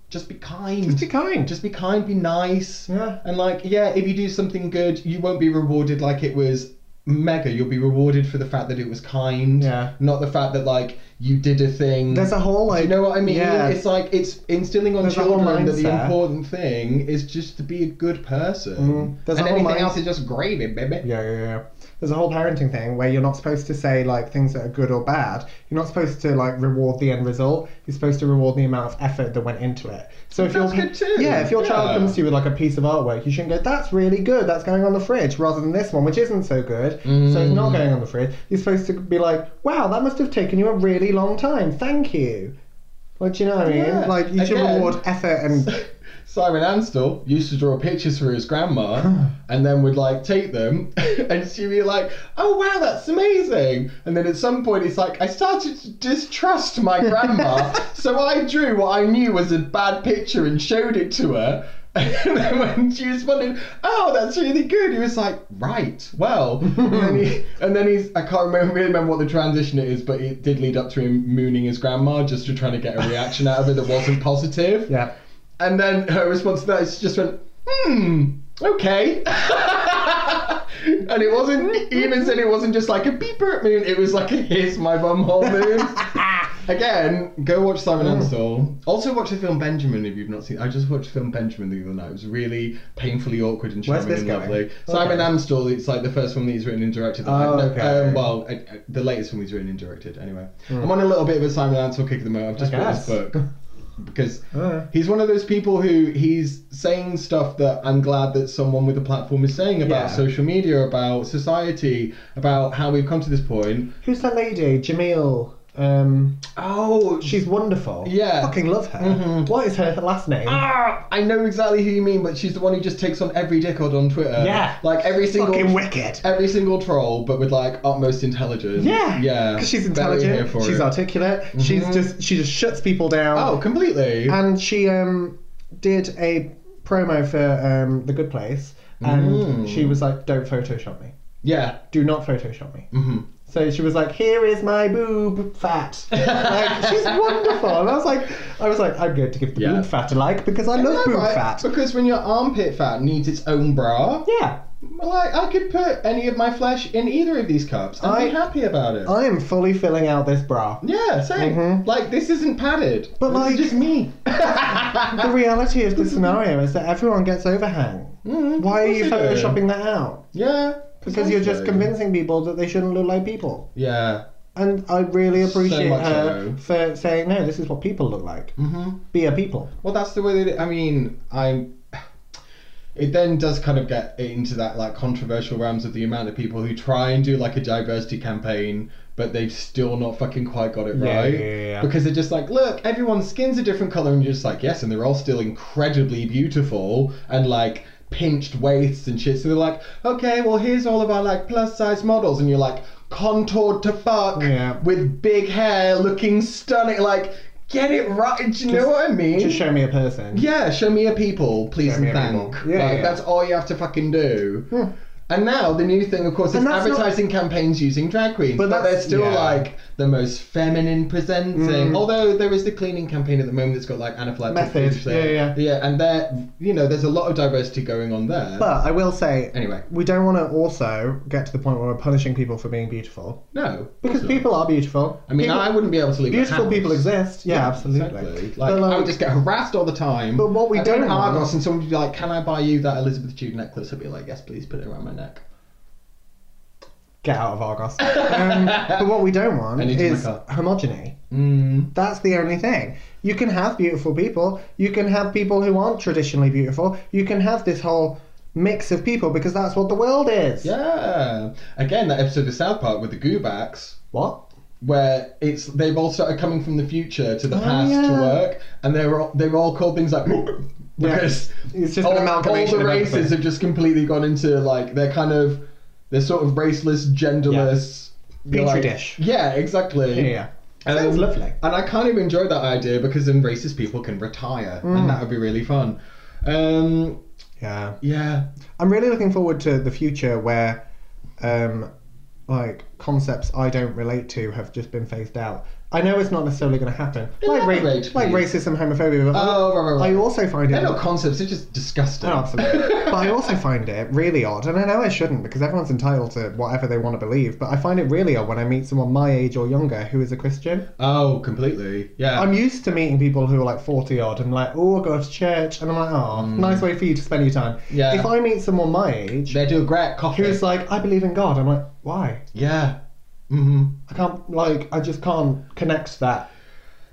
[SPEAKER 2] Just be kind.
[SPEAKER 3] Mm. Just be kind.
[SPEAKER 2] Just be kind, be nice.
[SPEAKER 3] Yeah.
[SPEAKER 2] And like, yeah, if you do something good, you won't be rewarded like it was mega. You'll be rewarded for the fact that it was kind.
[SPEAKER 3] Yeah.
[SPEAKER 2] Not the fact that like you did a thing.
[SPEAKER 3] There's a whole like
[SPEAKER 2] you know what I mean?
[SPEAKER 3] Yeah.
[SPEAKER 2] It's like it's instilling on
[SPEAKER 3] There's a whole
[SPEAKER 2] children that the
[SPEAKER 3] mindset.
[SPEAKER 2] important thing is just to be a good person.
[SPEAKER 3] Mm. There's a
[SPEAKER 2] and
[SPEAKER 3] whole
[SPEAKER 2] anything
[SPEAKER 3] mind-
[SPEAKER 2] else is just gravy, baby.
[SPEAKER 3] yeah, yeah, yeah. There's a whole parenting thing where you're not supposed to say like things that are good or bad. You're not supposed to like reward the end result. You're supposed to reward the amount of effort that went into it. So if
[SPEAKER 2] That's
[SPEAKER 3] your
[SPEAKER 2] good too.
[SPEAKER 3] yeah, if your
[SPEAKER 2] Yeah.
[SPEAKER 3] child comes to you with like a piece of artwork, you shouldn't go, "That's really good. That's going on the fridge," rather than this one, which isn't so good. So it's
[SPEAKER 2] Mm.
[SPEAKER 3] not going on the fridge. You're supposed to be like, "Wow, that must have taken you a really long time. Thank you." Like, do you know what I mean?
[SPEAKER 2] Yeah.
[SPEAKER 3] Like, you should
[SPEAKER 2] Again.
[SPEAKER 3] reward effort and
[SPEAKER 2] Simon Anstel used to draw pictures for his grandma and then would like take them and she'd be like, Oh wow, that's amazing. And then at some point it's like, I started to distrust my grandma, so I drew what I knew was a bad picture and showed it to her. And then when she responded, "Oh, that's really good," he was like, "Right, well." and, then he, and then he's—I can't remember, really remember what the transition it is, but it did lead up to him mooning his grandma just to try to get a reaction out of it that wasn't positive.
[SPEAKER 3] yeah.
[SPEAKER 2] And then her response to that is she just went, hmm, okay. and it wasn't, even said it wasn't just like a beeper moon, it was like a here's my bumhole moon. Again, go watch Simon
[SPEAKER 3] Mm.
[SPEAKER 2] Ansell. Also watch the film Benjamin if you've not seen I just watched the film Benjamin the other night. It was really painfully awkward and
[SPEAKER 3] Where's
[SPEAKER 2] charming and
[SPEAKER 3] this going?
[SPEAKER 2] lovely. Simon
[SPEAKER 3] Okay.
[SPEAKER 2] Amstel, it's like the first one that he's written and directed. That
[SPEAKER 3] Oh,
[SPEAKER 2] I,
[SPEAKER 3] okay. Mm.
[SPEAKER 2] um, well, uh, uh, the latest one he's written and directed, anyway. I'm on a little bit of a Simon Ansell kick at the moment. I've just
[SPEAKER 3] I
[SPEAKER 2] bought this
[SPEAKER 3] guess.
[SPEAKER 2] book because
[SPEAKER 3] Uh.
[SPEAKER 2] he's one of those people who he's saying stuff that I'm glad that someone with a platform is saying about
[SPEAKER 3] Yeah.
[SPEAKER 2] social media, about society, about how we've come to this point.
[SPEAKER 3] Who's that lady? Jamil. Um,
[SPEAKER 2] Oh,
[SPEAKER 3] she's wonderful.
[SPEAKER 2] Yeah. Mm-hmm. Ah,
[SPEAKER 3] Fucking love her. What is her last name?
[SPEAKER 2] I know exactly who you mean, but she's the one who just takes on every dickhead on Twitter.
[SPEAKER 3] Yeah.
[SPEAKER 2] like every single
[SPEAKER 3] Fucking wicked.
[SPEAKER 2] every single troll, but with like utmost intelligence.
[SPEAKER 3] Yeah.
[SPEAKER 2] yeah,
[SPEAKER 3] Because she's
[SPEAKER 2] Very here
[SPEAKER 3] intelligent.
[SPEAKER 2] for
[SPEAKER 3] She's
[SPEAKER 2] it. Mm-hmm.
[SPEAKER 3] articulate. She's just she just shuts people down.
[SPEAKER 2] Oh, completely.
[SPEAKER 3] And she um did a promo for um, The Good Place, and
[SPEAKER 2] Mm.
[SPEAKER 3] she was like, "Don't Photoshop me.
[SPEAKER 2] Yeah.
[SPEAKER 3] Do not Photoshop me."
[SPEAKER 2] Mm-hmm.
[SPEAKER 3] So she was like, "Here is my boob fat." like she's wonderful, and I was like, I was like, I'm going to give the
[SPEAKER 2] Yeah.
[SPEAKER 3] boob fat a like because I love
[SPEAKER 2] Am I
[SPEAKER 3] boob
[SPEAKER 2] right?
[SPEAKER 3] fat.
[SPEAKER 2] Because when your armpit fat needs its own bra,
[SPEAKER 3] Yeah,
[SPEAKER 2] well, I, I could put any of my flesh in either of these cups and
[SPEAKER 3] I-
[SPEAKER 2] be happy about it.
[SPEAKER 3] I am fully filling out this bra.
[SPEAKER 2] yeah, same.
[SPEAKER 3] Mhm.
[SPEAKER 2] Like this isn't padded.
[SPEAKER 3] But,
[SPEAKER 2] this
[SPEAKER 3] like-
[SPEAKER 2] is just me.
[SPEAKER 3] The reality of the scenario is that everyone gets overhang.
[SPEAKER 2] Mhm,
[SPEAKER 3] Why are
[SPEAKER 2] of
[SPEAKER 3] you
[SPEAKER 2] course you do.
[SPEAKER 3] photoshopping that out?
[SPEAKER 2] Yeah.
[SPEAKER 3] Because you're just
[SPEAKER 2] precisely.
[SPEAKER 3] convincing people that they shouldn't look like people.
[SPEAKER 2] Yeah.
[SPEAKER 3] And I really
[SPEAKER 2] So
[SPEAKER 3] appreciate
[SPEAKER 2] much
[SPEAKER 3] her
[SPEAKER 2] so.
[SPEAKER 3] for saying, no, this is what people look like.
[SPEAKER 2] Mm-hmm.
[SPEAKER 3] Be a people.
[SPEAKER 2] Well, that's the way that I mean, I'm. It then does kind of get into that like controversial realms of the amount of people who try and do like a diversity campaign, but they've still not fucking quite got it
[SPEAKER 3] Yeah,
[SPEAKER 2] right.
[SPEAKER 3] yeah, yeah, yeah.
[SPEAKER 2] Because they're just like, look, everyone's skin's a different color, and you're just like, yes, and they're all still incredibly beautiful and like pinched waists and shit. So they're like, okay, well here's all of our like plus size models, and you're like contoured to fuck
[SPEAKER 3] Yeah.
[SPEAKER 2] with big hair, looking stunning, like. Get it right. Do you know what I mean?
[SPEAKER 3] Just show me a person.
[SPEAKER 2] Yeah, show me a people, please
[SPEAKER 3] Show me
[SPEAKER 2] and
[SPEAKER 3] a
[SPEAKER 2] thank.
[SPEAKER 3] people. Yeah,
[SPEAKER 2] Like,
[SPEAKER 3] yeah. Hmm.
[SPEAKER 2] That's all you have to fucking do. And now the new thing, of course, is
[SPEAKER 3] And that's not-
[SPEAKER 2] advertising campaigns using drag queens,
[SPEAKER 3] But
[SPEAKER 2] but, they're
[SPEAKER 3] that's-
[SPEAKER 2] still
[SPEAKER 3] yeah.
[SPEAKER 2] like the most feminine presenting.
[SPEAKER 3] Mm.
[SPEAKER 2] Although there is the cleaning campaign at the moment that's got like anaphylactic
[SPEAKER 3] Method,
[SPEAKER 2] food
[SPEAKER 3] yeah, yeah.
[SPEAKER 2] yeah, and there, you know, there's a lot of diversity going on there.
[SPEAKER 3] But I will say,
[SPEAKER 2] anyway,
[SPEAKER 3] we don't want to also get to the point where we're punishing people for being beautiful.
[SPEAKER 2] no,
[SPEAKER 3] Because
[SPEAKER 2] not.
[SPEAKER 3] people are beautiful.
[SPEAKER 2] I mean,
[SPEAKER 3] People-
[SPEAKER 2] I wouldn't be able to leave. my
[SPEAKER 3] beautiful
[SPEAKER 2] house.
[SPEAKER 3] people exist. Yeah, absolutely.
[SPEAKER 2] Exactly. Like,
[SPEAKER 3] But,
[SPEAKER 2] I
[SPEAKER 3] like,
[SPEAKER 2] would just get harassed all the time.
[SPEAKER 3] But what we
[SPEAKER 2] I'd go to
[SPEAKER 3] don't want-
[SPEAKER 2] Argos and someone would be like, "Can I buy you that Elizabeth Jude necklace?" I'd be like, "Yes, please. Put it around my neck."
[SPEAKER 3] get out of Argos. um, but what we don't want
[SPEAKER 2] I need to
[SPEAKER 3] is
[SPEAKER 2] make up.
[SPEAKER 3] homogeny.
[SPEAKER 2] Mm.
[SPEAKER 3] That's the only thing. You can have beautiful people. You can have people who aren't traditionally beautiful. You can have this whole mix of people because that's what the world is.
[SPEAKER 2] Yeah. Again, that episode of South Park with the Goobacks,
[SPEAKER 3] What?
[SPEAKER 2] where it's they've all started coming from the future to the
[SPEAKER 3] Oh,
[SPEAKER 2] past to
[SPEAKER 3] yeah.
[SPEAKER 2] work, and they were all, they were all called things like because
[SPEAKER 3] It's just
[SPEAKER 2] all,
[SPEAKER 3] an
[SPEAKER 2] all
[SPEAKER 3] amalgamation.
[SPEAKER 2] the
[SPEAKER 3] of
[SPEAKER 2] races
[SPEAKER 3] everything.
[SPEAKER 2] have just completely gone into like they're kind of they're sort of raceless, genderless. they're
[SPEAKER 3] Petri
[SPEAKER 2] like-
[SPEAKER 3] dish.
[SPEAKER 2] Yeah, exactly.
[SPEAKER 3] Yeah, yeah.
[SPEAKER 2] Um,
[SPEAKER 3] Sounds lovely.
[SPEAKER 2] And I kind of enjoyed that idea because then racist people can retire,
[SPEAKER 3] Mm.
[SPEAKER 2] and that would be really fun. Um,
[SPEAKER 3] Yeah.
[SPEAKER 2] yeah,
[SPEAKER 3] I'm really looking forward to the future where, um, like concepts I don't relate to have just been phased out. I know it's not necessarily going to happen. like ra-
[SPEAKER 2] Elaborate,
[SPEAKER 3] like
[SPEAKER 2] please.
[SPEAKER 3] racism, homophobia. But
[SPEAKER 2] Oh, right, right, right.
[SPEAKER 3] I also find
[SPEAKER 2] they're
[SPEAKER 3] it
[SPEAKER 2] not concepts; they're just disgusting.
[SPEAKER 3] Oh, absolutely. but I also find it really odd, and I know I shouldn't because everyone's entitled to whatever they want to believe, but I find it really odd when I meet someone my age or younger who is a Christian.
[SPEAKER 2] oh, completely. Yeah.
[SPEAKER 3] I'm used to meeting people who are like 40 odd and like, oh, I go to church, and I'm like, oh, nice way for you to spend your time.
[SPEAKER 2] Mm. Yeah.
[SPEAKER 3] If I meet someone my age
[SPEAKER 2] they do a great coffee.
[SPEAKER 3] who's like, I believe in God, I'm like, why?
[SPEAKER 2] yeah. Mm-hmm.
[SPEAKER 3] I can't, like, I just can't connect that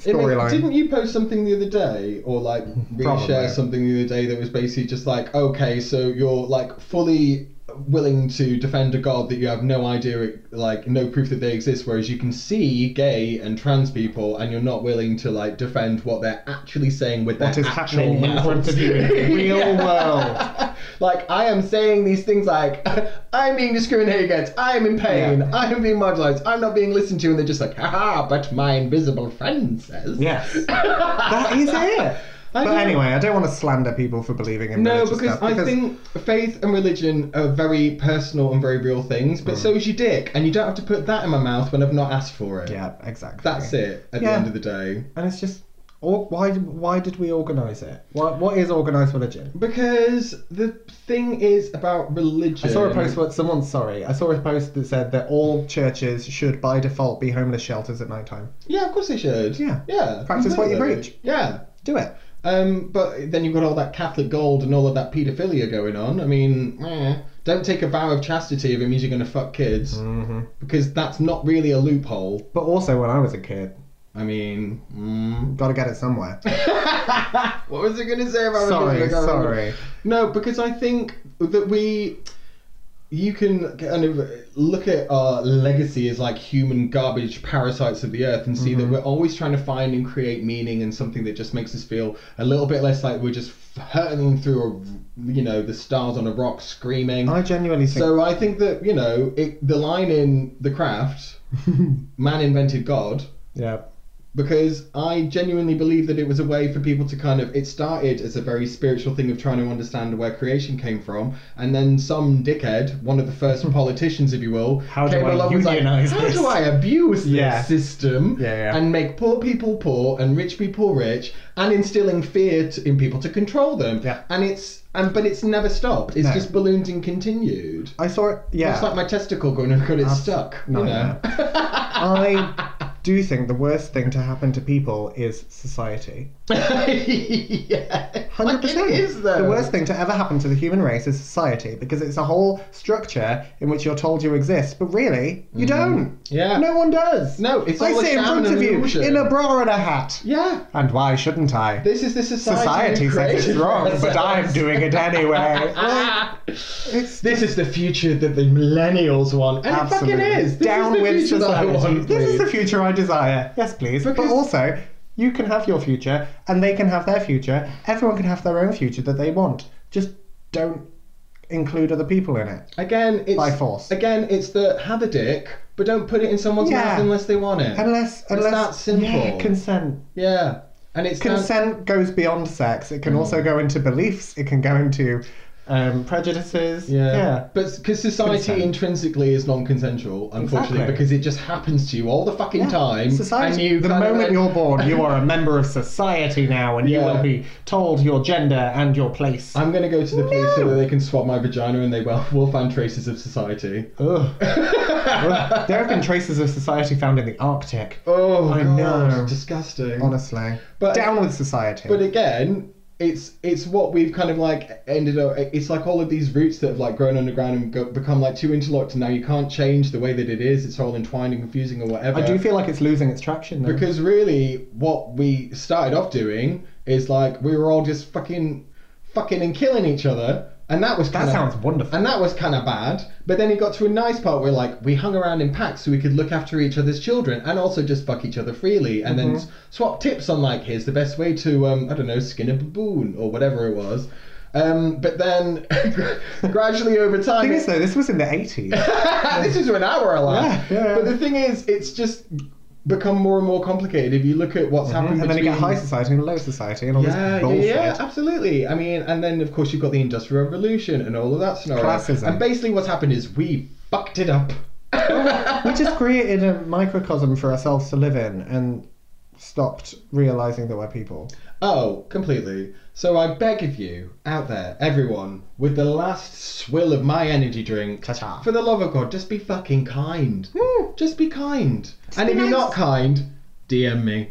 [SPEAKER 2] It makes-
[SPEAKER 3] storyline.
[SPEAKER 2] Didn't you post something the other day, or like
[SPEAKER 3] Probably.
[SPEAKER 2] reshare something the other day that was basically just like, okay, so you're like fully willing to defend a god that you have no idea, like no proof that they exist, whereas you can see gay and trans people, and you're not willing to like defend what they're actually saying with
[SPEAKER 3] What
[SPEAKER 2] their
[SPEAKER 3] is
[SPEAKER 2] actual
[SPEAKER 3] happening in
[SPEAKER 2] mouths.
[SPEAKER 3] front of you in the real
[SPEAKER 2] Yeah. Like I am saying these things like I'm being discriminated against, I'm in pain,
[SPEAKER 3] Yeah.
[SPEAKER 2] I'm being marginalized, I'm not being listened to, and they're just like, haha, but my invisible friend says.
[SPEAKER 3] Yes. that is it.
[SPEAKER 2] I
[SPEAKER 3] but
[SPEAKER 2] don't-
[SPEAKER 3] anyway, I don't want to slander people for believing in
[SPEAKER 2] No,
[SPEAKER 3] religious
[SPEAKER 2] because
[SPEAKER 3] stuff,
[SPEAKER 2] I think faith and religion are very personal and very real things,
[SPEAKER 3] Mm.
[SPEAKER 2] but so is your dick, and you don't have to put that in my mouth when I've not asked for it.
[SPEAKER 3] Yeah, exactly.
[SPEAKER 2] That's it at
[SPEAKER 3] Yeah.
[SPEAKER 2] the end of the day.
[SPEAKER 3] And it's just, or, why why did we organise it? Why, what is organised religion?
[SPEAKER 2] Because the thing is about religion.
[SPEAKER 3] I saw a post where someone, sorry, I saw a post that said that all churches should by default be homeless shelters at night time.
[SPEAKER 2] Yeah, of course they should.
[SPEAKER 3] Yeah.
[SPEAKER 2] Yeah.
[SPEAKER 3] Practice what you
[SPEAKER 2] completely.
[SPEAKER 3] preach.
[SPEAKER 2] Yeah.
[SPEAKER 3] Do it.
[SPEAKER 2] Um, but then you've got all that Catholic gold and all of that paedophilia going on. I mean, eh, don't take a vow of chastity if it means you're going to fuck kids,
[SPEAKER 3] Mm-hmm.
[SPEAKER 2] because that's not really a loophole.
[SPEAKER 3] But also, when I was a kid,
[SPEAKER 2] I mean, mm.
[SPEAKER 3] got to get it somewhere.
[SPEAKER 2] what was I going to say about
[SPEAKER 3] sorry,
[SPEAKER 2] religion? I can't remember.
[SPEAKER 3] sorry.
[SPEAKER 2] No, because I think that we, you can kind of look at our legacy as like human garbage parasites of the earth and see
[SPEAKER 3] Mm-hmm.
[SPEAKER 2] that we're always trying to find and create meaning and something that just makes us feel a little bit less like we're just hurtling through a, you know, the stars on a rock screaming.
[SPEAKER 3] I genuinely think.
[SPEAKER 2] so I think that you know it, the line in the craft, man invented God,
[SPEAKER 3] yeah.
[SPEAKER 2] because I genuinely believe that it was a way for people to kind of. It started as a very spiritual thing of trying to understand where creation came from, and then some dickhead, one of the first politicians, if you will,
[SPEAKER 3] Hmm. How do
[SPEAKER 2] came
[SPEAKER 3] I
[SPEAKER 2] along and was like,
[SPEAKER 3] unionize
[SPEAKER 2] How
[SPEAKER 3] this?"
[SPEAKER 2] do I abuse this
[SPEAKER 3] Yeah.
[SPEAKER 2] system
[SPEAKER 3] Yeah, yeah.
[SPEAKER 2] and make poor people poor and rich people rich, and instilling fear to, in people to control them?
[SPEAKER 3] Yeah.
[SPEAKER 2] And it's and but it's never stopped. It's
[SPEAKER 3] No.
[SPEAKER 2] just ballooned and continued.
[SPEAKER 3] I saw it. Yeah.
[SPEAKER 2] It's like my testicle going and got it
[SPEAKER 3] Abs-
[SPEAKER 2] stuck.
[SPEAKER 3] no,
[SPEAKER 2] you know?
[SPEAKER 3] I do think the worst thing to happen to people is society.
[SPEAKER 2] yeah.
[SPEAKER 3] 100%.
[SPEAKER 2] Like, it is though.
[SPEAKER 3] The worst thing to ever happen to the human race is society because it's a whole structure in which you're told you exist, but really, you don't.
[SPEAKER 2] Mm-hmm. Yeah.
[SPEAKER 3] No one does.
[SPEAKER 2] No, it's
[SPEAKER 3] I
[SPEAKER 2] all a
[SPEAKER 3] sit in
[SPEAKER 2] sham
[SPEAKER 3] front
[SPEAKER 2] and
[SPEAKER 3] of you
[SPEAKER 2] illusion.
[SPEAKER 3] in a bra and a hat.
[SPEAKER 2] Yeah.
[SPEAKER 3] And why shouldn't I?
[SPEAKER 2] This is the society.
[SPEAKER 3] society
[SPEAKER 2] we've
[SPEAKER 3] says it's
[SPEAKER 2] created
[SPEAKER 3] wrong,
[SPEAKER 2] for
[SPEAKER 3] but I'm
[SPEAKER 2] ourselves.
[SPEAKER 3] doing it anyway. Like, it's
[SPEAKER 2] This is the future that the millennials want. And
[SPEAKER 3] absolutely
[SPEAKER 2] it fucking is. This
[SPEAKER 3] down
[SPEAKER 2] is the
[SPEAKER 3] with
[SPEAKER 2] future
[SPEAKER 3] society.
[SPEAKER 2] That I want,
[SPEAKER 3] this is the
[SPEAKER 2] please.
[SPEAKER 3] future I desire. Yes, please. But
[SPEAKER 2] Because-
[SPEAKER 3] also, you can have your future, and they can have their future. Everyone can have their own future that they want. Just don't include other people in it.
[SPEAKER 2] Again, it's
[SPEAKER 3] By force.
[SPEAKER 2] Again, it's the have a dick, but don't put it in someone's
[SPEAKER 3] Yeah.
[SPEAKER 2] mouth unless they want it.
[SPEAKER 3] Unless, unless
[SPEAKER 2] that simple.
[SPEAKER 3] Yeah, consent.
[SPEAKER 2] yeah. And it's down-
[SPEAKER 3] Consent goes beyond sex. It can
[SPEAKER 2] Mm.
[SPEAKER 3] also go into beliefs. It can go into um, prejudices.
[SPEAKER 2] Yeah.
[SPEAKER 3] yeah.
[SPEAKER 2] But because society
[SPEAKER 3] Consent.
[SPEAKER 2] intrinsically is non-consensual, unfortunately,
[SPEAKER 3] Exactly.
[SPEAKER 2] because it just happens to you all the fucking
[SPEAKER 3] Yeah.
[SPEAKER 2] time.
[SPEAKER 3] Society.
[SPEAKER 2] And you
[SPEAKER 3] the
[SPEAKER 2] kind of
[SPEAKER 3] moment
[SPEAKER 2] like-
[SPEAKER 3] you're born, you are a member of society now, and you
[SPEAKER 2] Yeah.
[SPEAKER 3] will be told your gender and your place.
[SPEAKER 2] I'm gonna go to the police so
[SPEAKER 3] No.
[SPEAKER 2] that they can swab my vagina and they will, will find traces of society.
[SPEAKER 3] Ugh. Well, there have been traces of society found in the Arctic.
[SPEAKER 2] Oh,
[SPEAKER 3] I
[SPEAKER 2] God,
[SPEAKER 3] know.
[SPEAKER 2] disgusting.
[SPEAKER 3] Honestly,
[SPEAKER 2] But-
[SPEAKER 3] down with society.
[SPEAKER 2] But again, it's it's what we've kind of like ended up. It's like all of these roots that have like grown underground and go, become like too interlocked, and now you can't change the way that it is. It's all entwined and confusing or whatever.
[SPEAKER 3] I do feel like it's losing its traction. Though.
[SPEAKER 2] Because really, what we started off doing is like we were all just fucking, fucking and killing each other, and that was
[SPEAKER 3] that
[SPEAKER 2] kind
[SPEAKER 3] sounds
[SPEAKER 2] of,
[SPEAKER 3] wonderful.
[SPEAKER 2] and that was kind of bad. But then it got to a nice part where like we hung around in packs so we could look after each other's children and also just fuck each other freely, and then
[SPEAKER 3] Mm-hmm.
[SPEAKER 2] s- swap tips on like here's the best way to um I don't know skin a baboon or whatever it was. Um, but then gradually over
[SPEAKER 3] The
[SPEAKER 2] time,
[SPEAKER 3] thing
[SPEAKER 2] it-
[SPEAKER 3] is, though, this was in the eighties.
[SPEAKER 2] this is an hour alive.
[SPEAKER 3] Yeah, yeah, yeah.
[SPEAKER 2] But the thing is, it's just become more and more complicated. If you look at what's happened,
[SPEAKER 3] Mm-hmm. and then you
[SPEAKER 2] between...
[SPEAKER 3] get high society and low society and all
[SPEAKER 2] Yeah,
[SPEAKER 3] this
[SPEAKER 2] yeah,
[SPEAKER 3] bullshit.
[SPEAKER 2] yeah, absolutely. I mean, and then of course you've got the Industrial Revolution and all of that scenario.
[SPEAKER 3] Classism.
[SPEAKER 2] And basically, what's happened is we fucked it up.
[SPEAKER 3] We just created a microcosm for ourselves to live in and stopped realizing that we're people.
[SPEAKER 2] Oh, completely. So I beg of you, out there, everyone, with the last swill of my energy drink,
[SPEAKER 3] Ta-ta.
[SPEAKER 2] for the love of God, just be fucking kind.
[SPEAKER 3] Mm.
[SPEAKER 2] Just be kind. and
[SPEAKER 3] be
[SPEAKER 2] if you're
[SPEAKER 3] nice.
[SPEAKER 2] not kind, DM me.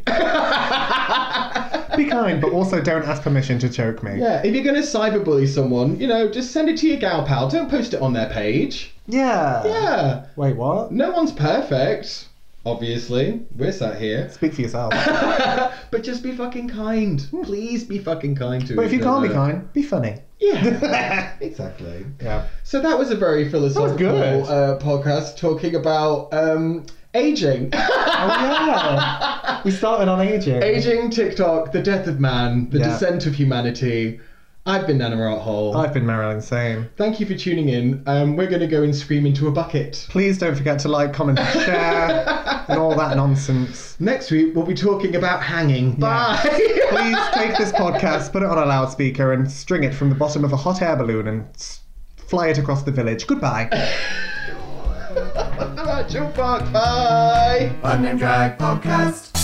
[SPEAKER 3] Be kind, but also don't ask permission to choke me.
[SPEAKER 2] Yeah, if you're going to cyberbully someone, you know, just send it to your gal pal. Don't post it on their page.
[SPEAKER 3] Yeah.
[SPEAKER 2] Yeah,
[SPEAKER 3] Wait, what?
[SPEAKER 2] no one's perfect. Obviously, we're sat here.
[SPEAKER 3] Speak for yourself.
[SPEAKER 2] but just be fucking kind. Please be fucking kind to
[SPEAKER 3] Hmm. but if you
[SPEAKER 2] each
[SPEAKER 3] can't be
[SPEAKER 2] other.
[SPEAKER 3] kind, be funny.
[SPEAKER 2] Yeah, exactly.
[SPEAKER 3] Yeah.
[SPEAKER 2] So that was a very philosophical
[SPEAKER 3] That was good.
[SPEAKER 2] uh, podcast talking about um, aging.
[SPEAKER 3] Oh yeah. we started on aging.
[SPEAKER 2] aging, TikTok, the death of man, the
[SPEAKER 3] Yeah.
[SPEAKER 2] descent of humanity. I've been Nana Rothhole.
[SPEAKER 3] I've been Marilyn Sane.
[SPEAKER 2] Thank you for tuning in. Um, we're going to go and scream into a bucket.
[SPEAKER 3] Please don't forget to like, comment, and share, and all that nonsense.
[SPEAKER 2] Next week, we'll be talking about hanging. Bye!
[SPEAKER 3] Please take this podcast, put it on a loudspeaker, and string it from the bottom of a hot air balloon and s- fly it across the village. Goodbye.
[SPEAKER 2] Joe Park, bye!
[SPEAKER 1] Unnamed Drag Podcast.